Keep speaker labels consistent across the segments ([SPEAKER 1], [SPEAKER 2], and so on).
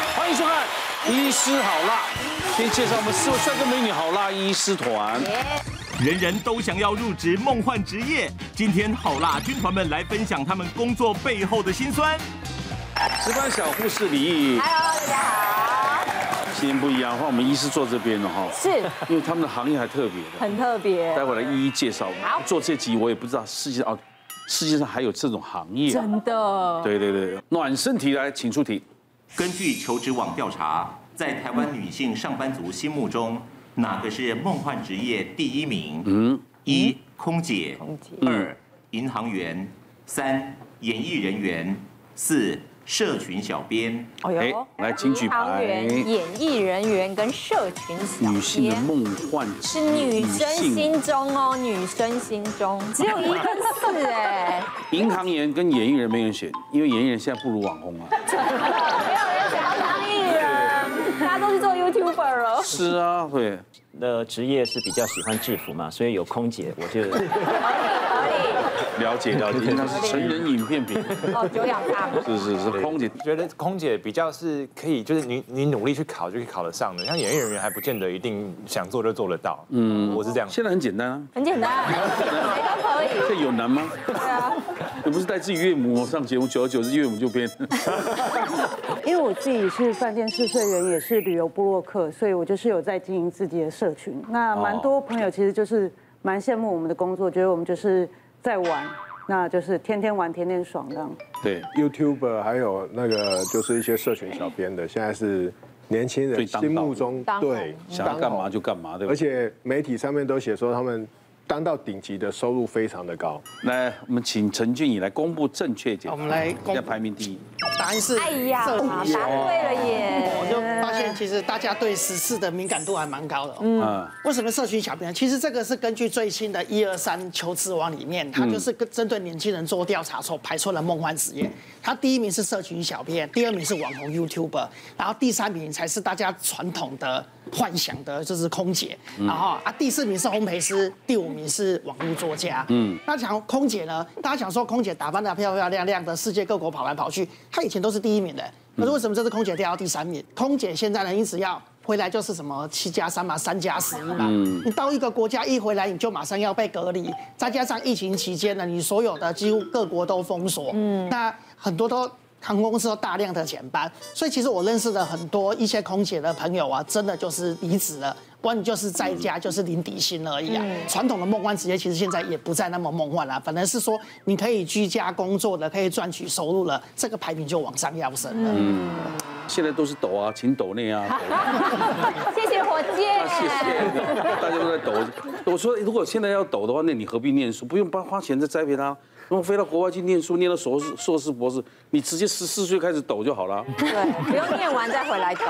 [SPEAKER 1] 收看《医师好辣》，先介绍我们四位帅哥美女好辣医师团。
[SPEAKER 2] 人人都想要入职梦幻职业，今天好辣军团们来分享他们工作背后的辛酸。
[SPEAKER 1] 值班小护士李毅，
[SPEAKER 3] Hello，大家好，
[SPEAKER 1] 今天不一样，换我们医师坐这边了哈，
[SPEAKER 3] 是
[SPEAKER 1] 因为他们的行业还特别的，
[SPEAKER 3] 很特别，
[SPEAKER 1] 待会儿来一一介绍。
[SPEAKER 3] 好
[SPEAKER 1] 做这集我也不知道世界上哦，世界上还有这种行业。啊
[SPEAKER 3] 真的。
[SPEAKER 1] 对对对，暖身题来，请出题。
[SPEAKER 2] 根据求职网调查，在台湾女性上班族心目中，哪个是梦幻职业第一名？嗯，一空姐，
[SPEAKER 3] 空姐
[SPEAKER 2] 二银行员，三演艺人员，四社群小编。
[SPEAKER 3] 哦
[SPEAKER 1] 哎，来，请
[SPEAKER 3] 行
[SPEAKER 1] 举牌。
[SPEAKER 3] 员、演艺人员跟社群小
[SPEAKER 1] 女性的
[SPEAKER 3] 编
[SPEAKER 1] 梦幻职
[SPEAKER 3] 是
[SPEAKER 1] 业
[SPEAKER 3] 女生
[SPEAKER 1] 女性
[SPEAKER 3] 心中哦，女生心中只有一跟四哎，
[SPEAKER 1] 银行员跟演艺人没人选，因为演艺人现在不如网 红啊。
[SPEAKER 3] 没有人想要当艺人，大家都去做 YouTuber 了。
[SPEAKER 1] 是啊，对，
[SPEAKER 4] 的职业是比较喜欢制服嘛，所以有空姐，我就
[SPEAKER 1] 了解了 解，那是成人影片品，
[SPEAKER 3] 哦，久仰大名。
[SPEAKER 1] 是是是，空姐
[SPEAKER 5] 觉得空姐比较是可以，就是你你努力去考就可以考得上的，像演艺人员还不见得一定想做就做得到。嗯，我是这样。
[SPEAKER 1] 现在很简单啊，
[SPEAKER 3] 很简单，谁都可以。
[SPEAKER 1] 这有难吗？
[SPEAKER 3] 对啊，
[SPEAKER 1] 你不是带自己岳母上节目，久而久之岳母就变。
[SPEAKER 6] 因为我自己是饭店试睡员，也是旅游部落客，所以我就是有在经营自己的社群。那蛮多朋友其实就是蛮羡慕我们的工作，觉得我们就是在玩，那就是天天玩，天天爽这样。
[SPEAKER 1] 对，
[SPEAKER 7] YouTube 还有那个就是一些社群小编的，现在是年轻
[SPEAKER 1] 最
[SPEAKER 7] 人
[SPEAKER 1] 当道
[SPEAKER 7] 心目中
[SPEAKER 3] 当红
[SPEAKER 7] 对
[SPEAKER 8] 嗯
[SPEAKER 1] 想要干嘛就干嘛，对吧？
[SPEAKER 7] 而且媒体上面都写说他们当到顶级的收入非常的高。
[SPEAKER 1] 来，我们请陈俊宇来公布正确解
[SPEAKER 8] 好
[SPEAKER 1] 答
[SPEAKER 8] 我，们来哦公
[SPEAKER 1] 要
[SPEAKER 8] 布
[SPEAKER 1] 排名第一。
[SPEAKER 8] 答案是
[SPEAKER 3] 哎呀，
[SPEAKER 8] 社
[SPEAKER 3] 答
[SPEAKER 8] 群
[SPEAKER 3] 对了
[SPEAKER 8] 我
[SPEAKER 3] 耶！
[SPEAKER 8] 就发现其实大家对时事的敏感度还蛮高的、哦。
[SPEAKER 1] 嗯
[SPEAKER 8] 嗯，为什么社群小编？其实这个是根据最新的一二三求职网里面，它就是跟针对年轻人做调查所排出了梦幻职业。它第一名是社群小编，第二名是网红 YouTuber，然后第三名才是大家传统的幻想的，就是空姐。然后啊，第四名是烘焙师，第五名是网络作家。嗯，那讲空姐呢？大家想说空姐打扮的漂漂亮亮的，世界各国跑来跑去，她以前都是第一名的。可是为什么这次空姐掉到第三名？空姐现在呢，你只要回来就是什么七加三嘛，三加十一嘛。你到一个国家一回来，你就马上要被隔离，再加上疫情期间呢，你所有的几乎各国都封锁，嗯，那很多都。航空公司都大量的减班，所以其实我认识的很多一些空姐的朋友啊，真的就是离职了，不然你就是在
[SPEAKER 9] 嗯
[SPEAKER 8] 家就是领底薪而已啊。传统的梦幻职业其实现在也不再那么梦幻了，反而是说你可以居家工作的，可以赚取收入了，这个排名就往上要升了。
[SPEAKER 9] 嗯
[SPEAKER 1] 现在都是抖啊，请抖内啊，
[SPEAKER 3] 谢谢火箭
[SPEAKER 1] 那，谢谢， 大家都在抖。我说，如果现在要抖的话，那你何必念书？不用花花钱再栽培他，然后飞到国外去念书，念到硕士、硕士、博士，你直接十四岁开始抖就好了。
[SPEAKER 3] 对，不用念完再回来抖。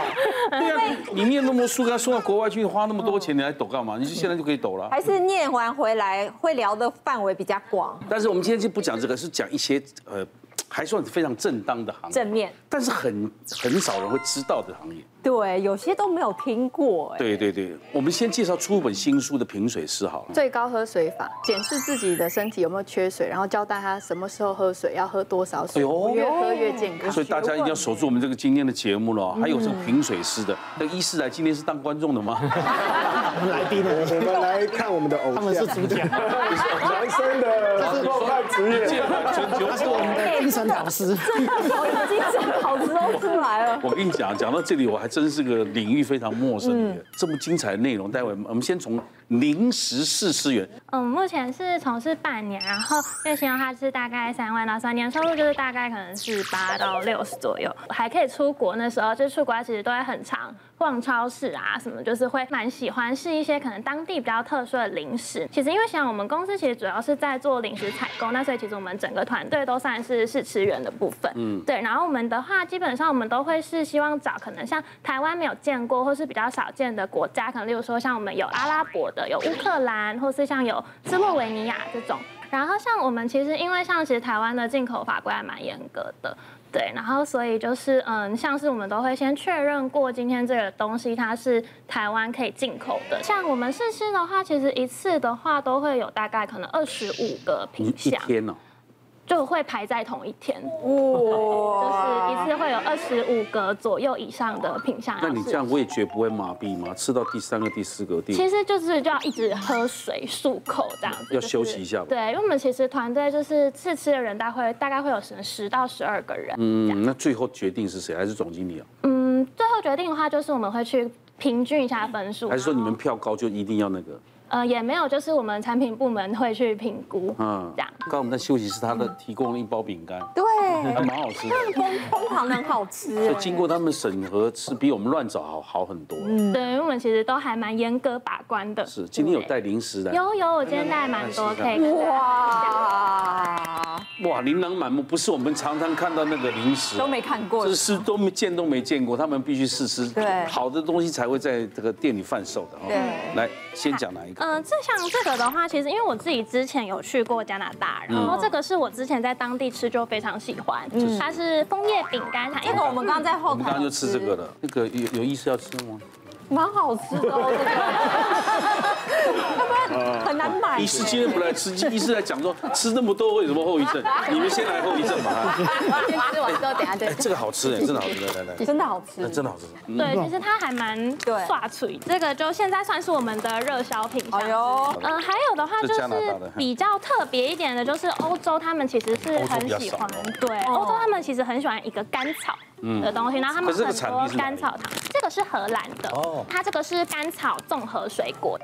[SPEAKER 1] 对啊，你你念那么多书，给他送到国外去，花那么多钱，你来抖干嘛？你就现在就可以抖了。
[SPEAKER 3] 还是念完回来会聊的范围比较广，
[SPEAKER 1] 但是我们今天就不讲这个，是讲一些呃，还算非常正当的行业，
[SPEAKER 3] 正面，
[SPEAKER 1] 但是很很少人会知道的行业。
[SPEAKER 3] 对，有些都没有听过，哎，
[SPEAKER 1] 对对对，我们先介绍出一本新书的评水师好了。
[SPEAKER 10] 最高喝水法，检视自己的身体有没有缺水，然后教大家什么时候喝水，要喝多少水，
[SPEAKER 1] 哎呦
[SPEAKER 10] 越喝越健康。
[SPEAKER 1] 所以大家一定要守住我们这个今天的节目了。还有这个评水师的，那个医师来今天是当观众的吗？
[SPEAKER 8] 我们来宾呢？
[SPEAKER 7] 我们来看我们的偶
[SPEAKER 8] 他们是
[SPEAKER 7] 像，
[SPEAKER 8] 主角，
[SPEAKER 7] 男生的梦幻职 业。
[SPEAKER 1] 春秋
[SPEAKER 8] 他是我们的精神导师。
[SPEAKER 3] 我精神跑 子都出来了。
[SPEAKER 1] 我跟你讲，讲到这里，我还真是个领域非常陌生的。这么精彩的内容，待会我们先从临时试吃员，
[SPEAKER 9] 嗯，目前是从事半年，然后月薪的话是大概三万到三年收入就是大概可能是八到六十左右，还可以出国。那时候就是出国其实都会很常逛超市啊，什么就是会蛮喜欢试一些可能当地比较特殊的零食。其实因为像我们公司其实主要是在做零食采购，那所以其实我们整个团队都算是试吃员的部分。嗯，对。然后我们的话，基本上我们都会是希望找可能像台湾没有见过或是比较少见的国家，可能例如说像我们有阿拉伯的，有乌克兰，或是像有斯洛维尼亚这种。然后像我们其实因为像其实台湾的进口法规还蛮严格的。对，然后所以就是嗯，像是我们都会先确认过今天这个东西它是台湾可以进口的。像我们试吃的话，其实一次的话都会有大概可能二十五个
[SPEAKER 1] 你
[SPEAKER 9] 品
[SPEAKER 1] 一
[SPEAKER 9] 项。
[SPEAKER 1] 天呢、哦
[SPEAKER 9] 就会排在同一天，哇，就是一次会有二十五个左右以上的品相。
[SPEAKER 1] 那你这样味觉不会麻痹吗？吃到第三个、第四个、第
[SPEAKER 9] 其实就是就要一直喝水漱口这样子，
[SPEAKER 1] 要
[SPEAKER 9] 就是
[SPEAKER 1] 休息一下吧
[SPEAKER 9] 对，因为我们其实团队就是试吃的人大会大概会有十十到十二个人。
[SPEAKER 1] 嗯，那最后决定是谁？还是总经理啊？
[SPEAKER 9] 嗯，最后决定的话就是我们会去平均一下分数，
[SPEAKER 1] 还是说你们票高就一定要那个？
[SPEAKER 9] 呃也没有，就是我们产品部门会去评估。
[SPEAKER 1] 嗯，
[SPEAKER 9] 这样
[SPEAKER 1] 刚刚我们在休息室，他的提供了一包饼干，
[SPEAKER 9] 嗯
[SPEAKER 11] 对，
[SPEAKER 1] 还蛮好吃的。
[SPEAKER 11] 疯疯狂的很好吃
[SPEAKER 1] 所以，经过他们审核，是比我们乱找好好很多。
[SPEAKER 9] 嗯，对，因为我们其实都还蛮严格把关的。
[SPEAKER 1] 是，今天有带零食来。
[SPEAKER 9] 有有，我今天带蛮多
[SPEAKER 1] 是的
[SPEAKER 9] cake 的。
[SPEAKER 11] 哇，
[SPEAKER 1] 哇，琳琅满目，不是我们常常看到那个零食，啊
[SPEAKER 11] 都没看过
[SPEAKER 1] 这是都没见都没见过，他们必须试吃，
[SPEAKER 11] 对
[SPEAKER 1] 好的东西才会在这个店里贩售的哦。
[SPEAKER 11] 对
[SPEAKER 1] 来，先讲哪一个？
[SPEAKER 9] 嗯、这像这个的话，其实因为我自己之前有去过加拿大，然后这个是我之前在当地吃就非常喜欢，它是枫叶饼干，它
[SPEAKER 11] 这个我们刚刚在
[SPEAKER 1] 我
[SPEAKER 11] 后
[SPEAKER 1] 们
[SPEAKER 11] 台
[SPEAKER 1] 刚刚就吃这个了，那个有有意思要吃吗？
[SPEAKER 11] 蛮好吃的哦，这个要不然很难买耶。
[SPEAKER 1] 医师今 天不来 吃，医师来讲说吃那么多会有什么后遗症？你们先来后遗症吧。
[SPEAKER 11] 先吃完之后，等下
[SPEAKER 1] 哎，这个好 吃哎，真的好吃，来来来，
[SPEAKER 11] 真的好吃
[SPEAKER 1] 哎，真的好吃。
[SPEAKER 9] 对，其实它还蛮
[SPEAKER 11] 对
[SPEAKER 9] 刷嘴，这个就现在算是我们的热销品项。
[SPEAKER 11] 哎
[SPEAKER 8] 哦
[SPEAKER 11] 呦，
[SPEAKER 9] 嗯，还有的话
[SPEAKER 1] 这
[SPEAKER 9] 就
[SPEAKER 1] 加拿大的嗯
[SPEAKER 9] 是比较特别一点的，就是欧洲他们其实是很喜
[SPEAKER 1] 欧洲
[SPEAKER 9] 欢
[SPEAKER 1] 比较少哦，
[SPEAKER 9] 对，欧洲他们其实很喜欢一个甘草的东西，然后他们
[SPEAKER 1] 可是这个产地
[SPEAKER 9] 很多
[SPEAKER 1] 是哪里
[SPEAKER 9] 甘草糖，这个是荷兰的
[SPEAKER 1] 哦，
[SPEAKER 9] 它这个是甘草综合水果，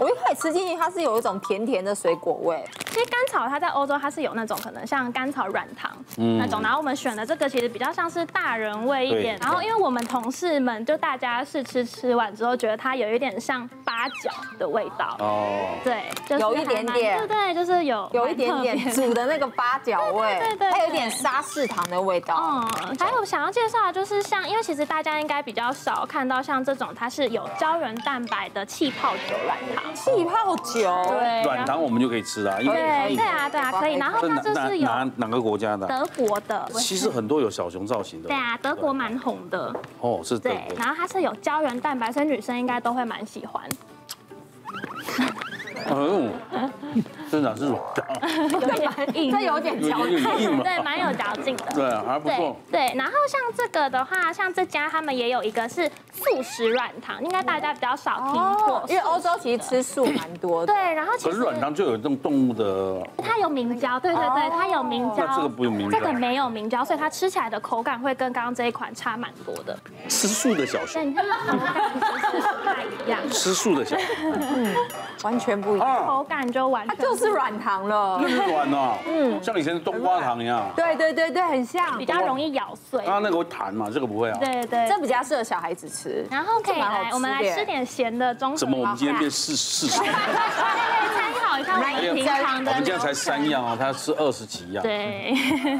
[SPEAKER 11] 我一开始吃进去，它是有一种甜甜的水果味，
[SPEAKER 9] 其实甘草它在欧洲它是有那种可能像甘草软糖那种，然后我们选的这个其实比较像是大人味一点。
[SPEAKER 1] 对
[SPEAKER 9] 然后因为我们同事们就大家试吃吃完之后，觉得它有一点像八角的味道，
[SPEAKER 1] 哦，
[SPEAKER 9] 对，就是
[SPEAKER 11] 有一点点
[SPEAKER 9] 还蛮对对，就是有
[SPEAKER 11] 有一点
[SPEAKER 9] 蛮特
[SPEAKER 11] 点
[SPEAKER 9] 别的
[SPEAKER 11] 煮的那个八角味，
[SPEAKER 9] 对对对对
[SPEAKER 11] 它有一点沙士糖的味道。
[SPEAKER 9] 嗯，还有想要介绍的就是像，因为其实大家应该比较少看到像这种，它是有胶原蛋白的气泡酒软糖。
[SPEAKER 11] 气泡酒，
[SPEAKER 9] 对，
[SPEAKER 1] 软糖我们就可以吃啦，因为
[SPEAKER 9] 对对啊对啊可以。然后
[SPEAKER 1] 这
[SPEAKER 9] 它
[SPEAKER 1] 哪
[SPEAKER 9] 就
[SPEAKER 1] 哪
[SPEAKER 9] 是有
[SPEAKER 1] 哪哪个国家的？
[SPEAKER 9] 德国的，
[SPEAKER 1] 其实很多有小熊造型的。
[SPEAKER 9] 对啊，德国蛮红的。
[SPEAKER 1] 哦，是德
[SPEAKER 9] 对，
[SPEAKER 1] 国。
[SPEAKER 9] 然后它是有胶原蛋白，所以女生应该都会蛮喜欢。
[SPEAKER 1] 哦，真的是软糖，
[SPEAKER 11] 这有点
[SPEAKER 1] 有
[SPEAKER 11] 嚼
[SPEAKER 1] 有有硬嘛？
[SPEAKER 9] 对，蛮有嚼劲的。
[SPEAKER 1] 对，还不
[SPEAKER 9] 对
[SPEAKER 1] 错。
[SPEAKER 9] 对，然后像这个的话，像这家他们也有一个是素食软糖，应该大家比较少听过
[SPEAKER 11] 哦，，因为欧洲其实吃素蛮多的。
[SPEAKER 9] 对，然后其
[SPEAKER 1] 可是
[SPEAKER 9] 实
[SPEAKER 1] 软糖就有这种动物的，
[SPEAKER 9] 它有明胶，对对对，它有明胶。
[SPEAKER 1] 那这个不用明胶
[SPEAKER 9] 这个没有明胶，所以它吃起来的口感会跟刚刚这一款差蛮多的。
[SPEAKER 1] 吃素的小熊，
[SPEAKER 9] 但它的口感其实是不太一样，
[SPEAKER 1] 吃素的小熊，
[SPEAKER 11] 完全不一样，
[SPEAKER 9] 口感就完
[SPEAKER 11] 它
[SPEAKER 9] 全
[SPEAKER 11] 就是软糖了
[SPEAKER 1] 那。是软 哦，嗯，像以前的冬瓜糖一样，
[SPEAKER 11] 对对对对，很像
[SPEAKER 9] 比。较容易咬碎。
[SPEAKER 1] 它那个会弹嘛，这个不会啊。
[SPEAKER 9] 对对，
[SPEAKER 11] 这比较适合小孩子吃。
[SPEAKER 9] 然后可以
[SPEAKER 11] 这蛮好吃
[SPEAKER 9] 来，
[SPEAKER 11] 的
[SPEAKER 9] 我们来吃点咸的哎呃中和
[SPEAKER 1] 怎么我们今天变
[SPEAKER 9] 对
[SPEAKER 1] 四四十？
[SPEAKER 9] 对参考一下我们平常
[SPEAKER 1] 我
[SPEAKER 9] 的
[SPEAKER 1] 们今
[SPEAKER 9] 流
[SPEAKER 1] 天才
[SPEAKER 9] 程。
[SPEAKER 1] 三样哦，它是二十几样，
[SPEAKER 9] 对，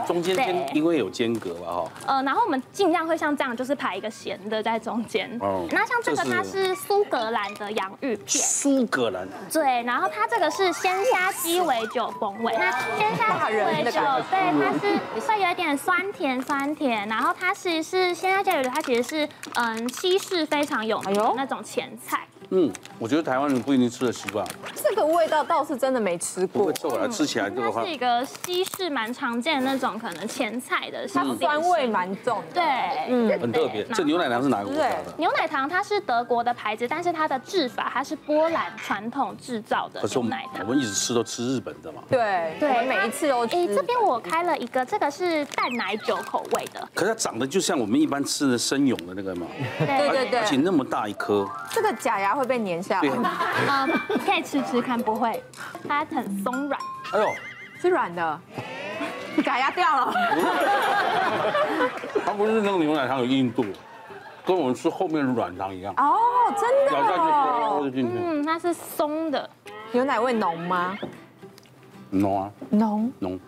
[SPEAKER 1] 中间间
[SPEAKER 9] 对
[SPEAKER 1] 因为有间隔吧哈。
[SPEAKER 9] 呃，然后我们尽量会像这样，就是排一个咸的在中间。
[SPEAKER 1] 哦
[SPEAKER 9] 那像这个
[SPEAKER 1] 这是
[SPEAKER 9] 它是苏格兰的洋芋片，
[SPEAKER 1] 苏格兰，
[SPEAKER 9] 对，然后它这个是鲜虾鸡尾酒风味，那鲜虾鸡尾酒，对，它是会有一点酸甜酸甜，然后它其实是鲜虾鸡尾酒，它其实是嗯西式非常有名的那种前菜。
[SPEAKER 1] 嗯，我觉得台湾人不一定吃得习惯，
[SPEAKER 11] 这个味道倒是真的没吃
[SPEAKER 1] 不过，
[SPEAKER 11] 过
[SPEAKER 1] 这我来吃起来这个话
[SPEAKER 9] 嗯它是，一个西式蛮常见的那种可能前菜的小
[SPEAKER 11] 它
[SPEAKER 9] 点
[SPEAKER 11] 酸
[SPEAKER 9] 心
[SPEAKER 11] 味蛮重的。
[SPEAKER 9] 对，嗯，
[SPEAKER 1] 很特别。这牛奶糖是哪个国家的？
[SPEAKER 9] 牛奶糖它是德国的牌子，但是它的制法它是波兰传统制造的
[SPEAKER 1] 可是我
[SPEAKER 9] 牛
[SPEAKER 1] 们
[SPEAKER 9] 奶
[SPEAKER 1] 我
[SPEAKER 9] 糖。
[SPEAKER 1] 们一直吃都吃日本的嘛，
[SPEAKER 11] 对，我们每一次都
[SPEAKER 9] 诶，这
[SPEAKER 11] 吃。
[SPEAKER 9] 边我开了一个，这个是淡奶酒口味的，
[SPEAKER 1] 可是它长得就像我们一般吃的生蛹的那个嘛，
[SPEAKER 11] 对
[SPEAKER 9] 对
[SPEAKER 11] 对
[SPEAKER 1] 而且
[SPEAKER 11] 对，
[SPEAKER 1] 那么大一颗，
[SPEAKER 11] 这个假牙会被粘下
[SPEAKER 1] 对，
[SPEAKER 11] 来，
[SPEAKER 9] 嗯，可以吃吃看，不会，它很松软。
[SPEAKER 1] 哎呦，
[SPEAKER 11] 是 软的。假牙掉了，
[SPEAKER 1] 它不是那个牛奶糖有硬度，跟我们吃后面的软糖一样，
[SPEAKER 11] 哦，真的
[SPEAKER 1] 咬下去
[SPEAKER 11] 哦
[SPEAKER 1] 嗖。就进去，
[SPEAKER 9] 嗯，它是松的。
[SPEAKER 11] 牛奶味浓吗？
[SPEAKER 1] 浓啊
[SPEAKER 11] 浓，
[SPEAKER 1] 浓，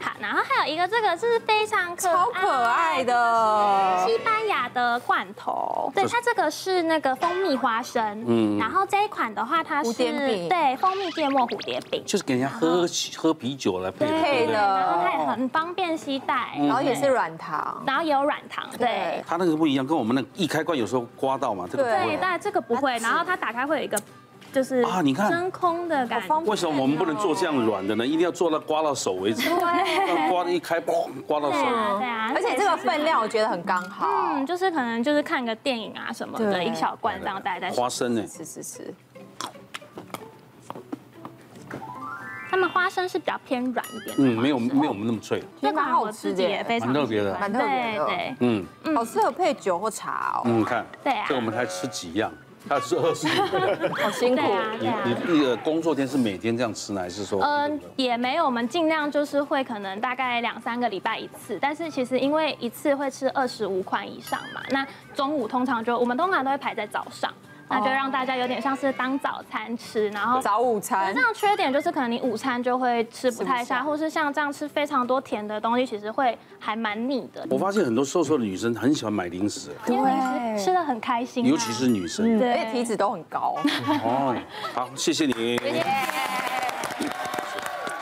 [SPEAKER 9] 好，然后还有一个这个是非常可
[SPEAKER 11] 超可爱的。
[SPEAKER 9] 西班牙的罐
[SPEAKER 1] 哦
[SPEAKER 9] 头，对，它这个是那个蜂蜜花生，嗯，然后这一款的话，它是
[SPEAKER 11] 蝴蝶饼
[SPEAKER 9] 对蜂蜜芥末蝴蝶饼，
[SPEAKER 1] 就是给人家
[SPEAKER 9] 嗯
[SPEAKER 1] 喝喝啤酒来配的，对
[SPEAKER 11] 配
[SPEAKER 1] 不对
[SPEAKER 11] 的
[SPEAKER 9] 然后它也很方便携带，
[SPEAKER 1] 嗯
[SPEAKER 11] 然后也是软糖，
[SPEAKER 9] 然后也有软糖，对。
[SPEAKER 1] 它那个不一样，跟我们那个一开罐有时候刮到嘛，这个不
[SPEAKER 11] 对
[SPEAKER 1] 会
[SPEAKER 9] 对，。但这个不会。然后它打开会有一个就是
[SPEAKER 1] 啊你看
[SPEAKER 9] 真空的感觉。
[SPEAKER 1] 为什么我们不能做这样软的呢？一定要做到刮到手为止，
[SPEAKER 9] 对
[SPEAKER 1] 刮一开，咣刮到手
[SPEAKER 9] 对。啊，对啊，
[SPEAKER 11] 而且这个分量我觉得很刚好。
[SPEAKER 9] 嗯，就是可能就是看个电影啊什么的，
[SPEAKER 11] 对
[SPEAKER 9] 一小罐这样带在手
[SPEAKER 1] 花生呢？
[SPEAKER 11] 吃吃吃，
[SPEAKER 9] 他们花生是比较偏软一点的，
[SPEAKER 1] 嗯，没有没有我们那么脆。
[SPEAKER 9] 那
[SPEAKER 11] 蛮
[SPEAKER 9] 款
[SPEAKER 11] 好
[SPEAKER 9] 我
[SPEAKER 11] 吃
[SPEAKER 9] 自
[SPEAKER 11] 的
[SPEAKER 9] 己也
[SPEAKER 11] 耶，
[SPEAKER 9] 非常
[SPEAKER 1] 蛮特别的
[SPEAKER 9] 喜欢
[SPEAKER 11] 蛮特别的
[SPEAKER 9] 对对。
[SPEAKER 1] 嗯
[SPEAKER 11] 好适合配酒或茶哦，
[SPEAKER 1] 嗯，看，
[SPEAKER 9] 对啊
[SPEAKER 1] 这个我们才吃几样，他吃二 十。
[SPEAKER 11] 好辛苦
[SPEAKER 9] 对。啊，对
[SPEAKER 1] 你
[SPEAKER 9] 啊。
[SPEAKER 1] 你那个工作天是每天这样吃呢，还是说？
[SPEAKER 9] 嗯，也没有，我们尽量就是会可能大概两三个礼拜一次，但是其实因为一次会吃二十五款以上嘛，那中午通常就我们通常都会排在早上，那就让大家有点像是当早餐吃，然后
[SPEAKER 11] 早午
[SPEAKER 9] 可是
[SPEAKER 11] 餐
[SPEAKER 9] 这，样缺点就是可能你午餐就会吃不太
[SPEAKER 11] 吃不
[SPEAKER 9] 下，
[SPEAKER 11] 下
[SPEAKER 9] 或是像这样吃非常多甜的东西，其实会还蛮腻的。
[SPEAKER 1] 我发现很多瘦瘦的女生很喜欢买零食，
[SPEAKER 9] 因为零食吃的很开心啊、
[SPEAKER 1] 尤其是女生。
[SPEAKER 11] 而且体脂都很 高。
[SPEAKER 1] 哦，好，谢谢你。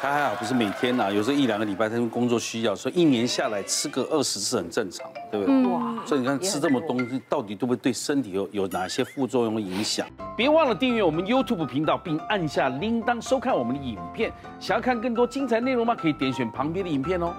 [SPEAKER 1] 他还好，不是每天啊呐、有时候一两个礼拜，他因为工作需要，所以一年下来吃个二十次很正常，对不对？哇！所以你看吃这么东西，到底对不对对身体有有哪些副作用和影响？
[SPEAKER 12] 别忘了订阅我们 YouTube 频道，并按下铃铛收看我们的影片。想要看更多精彩内容吗？可以点选旁边的影片哦。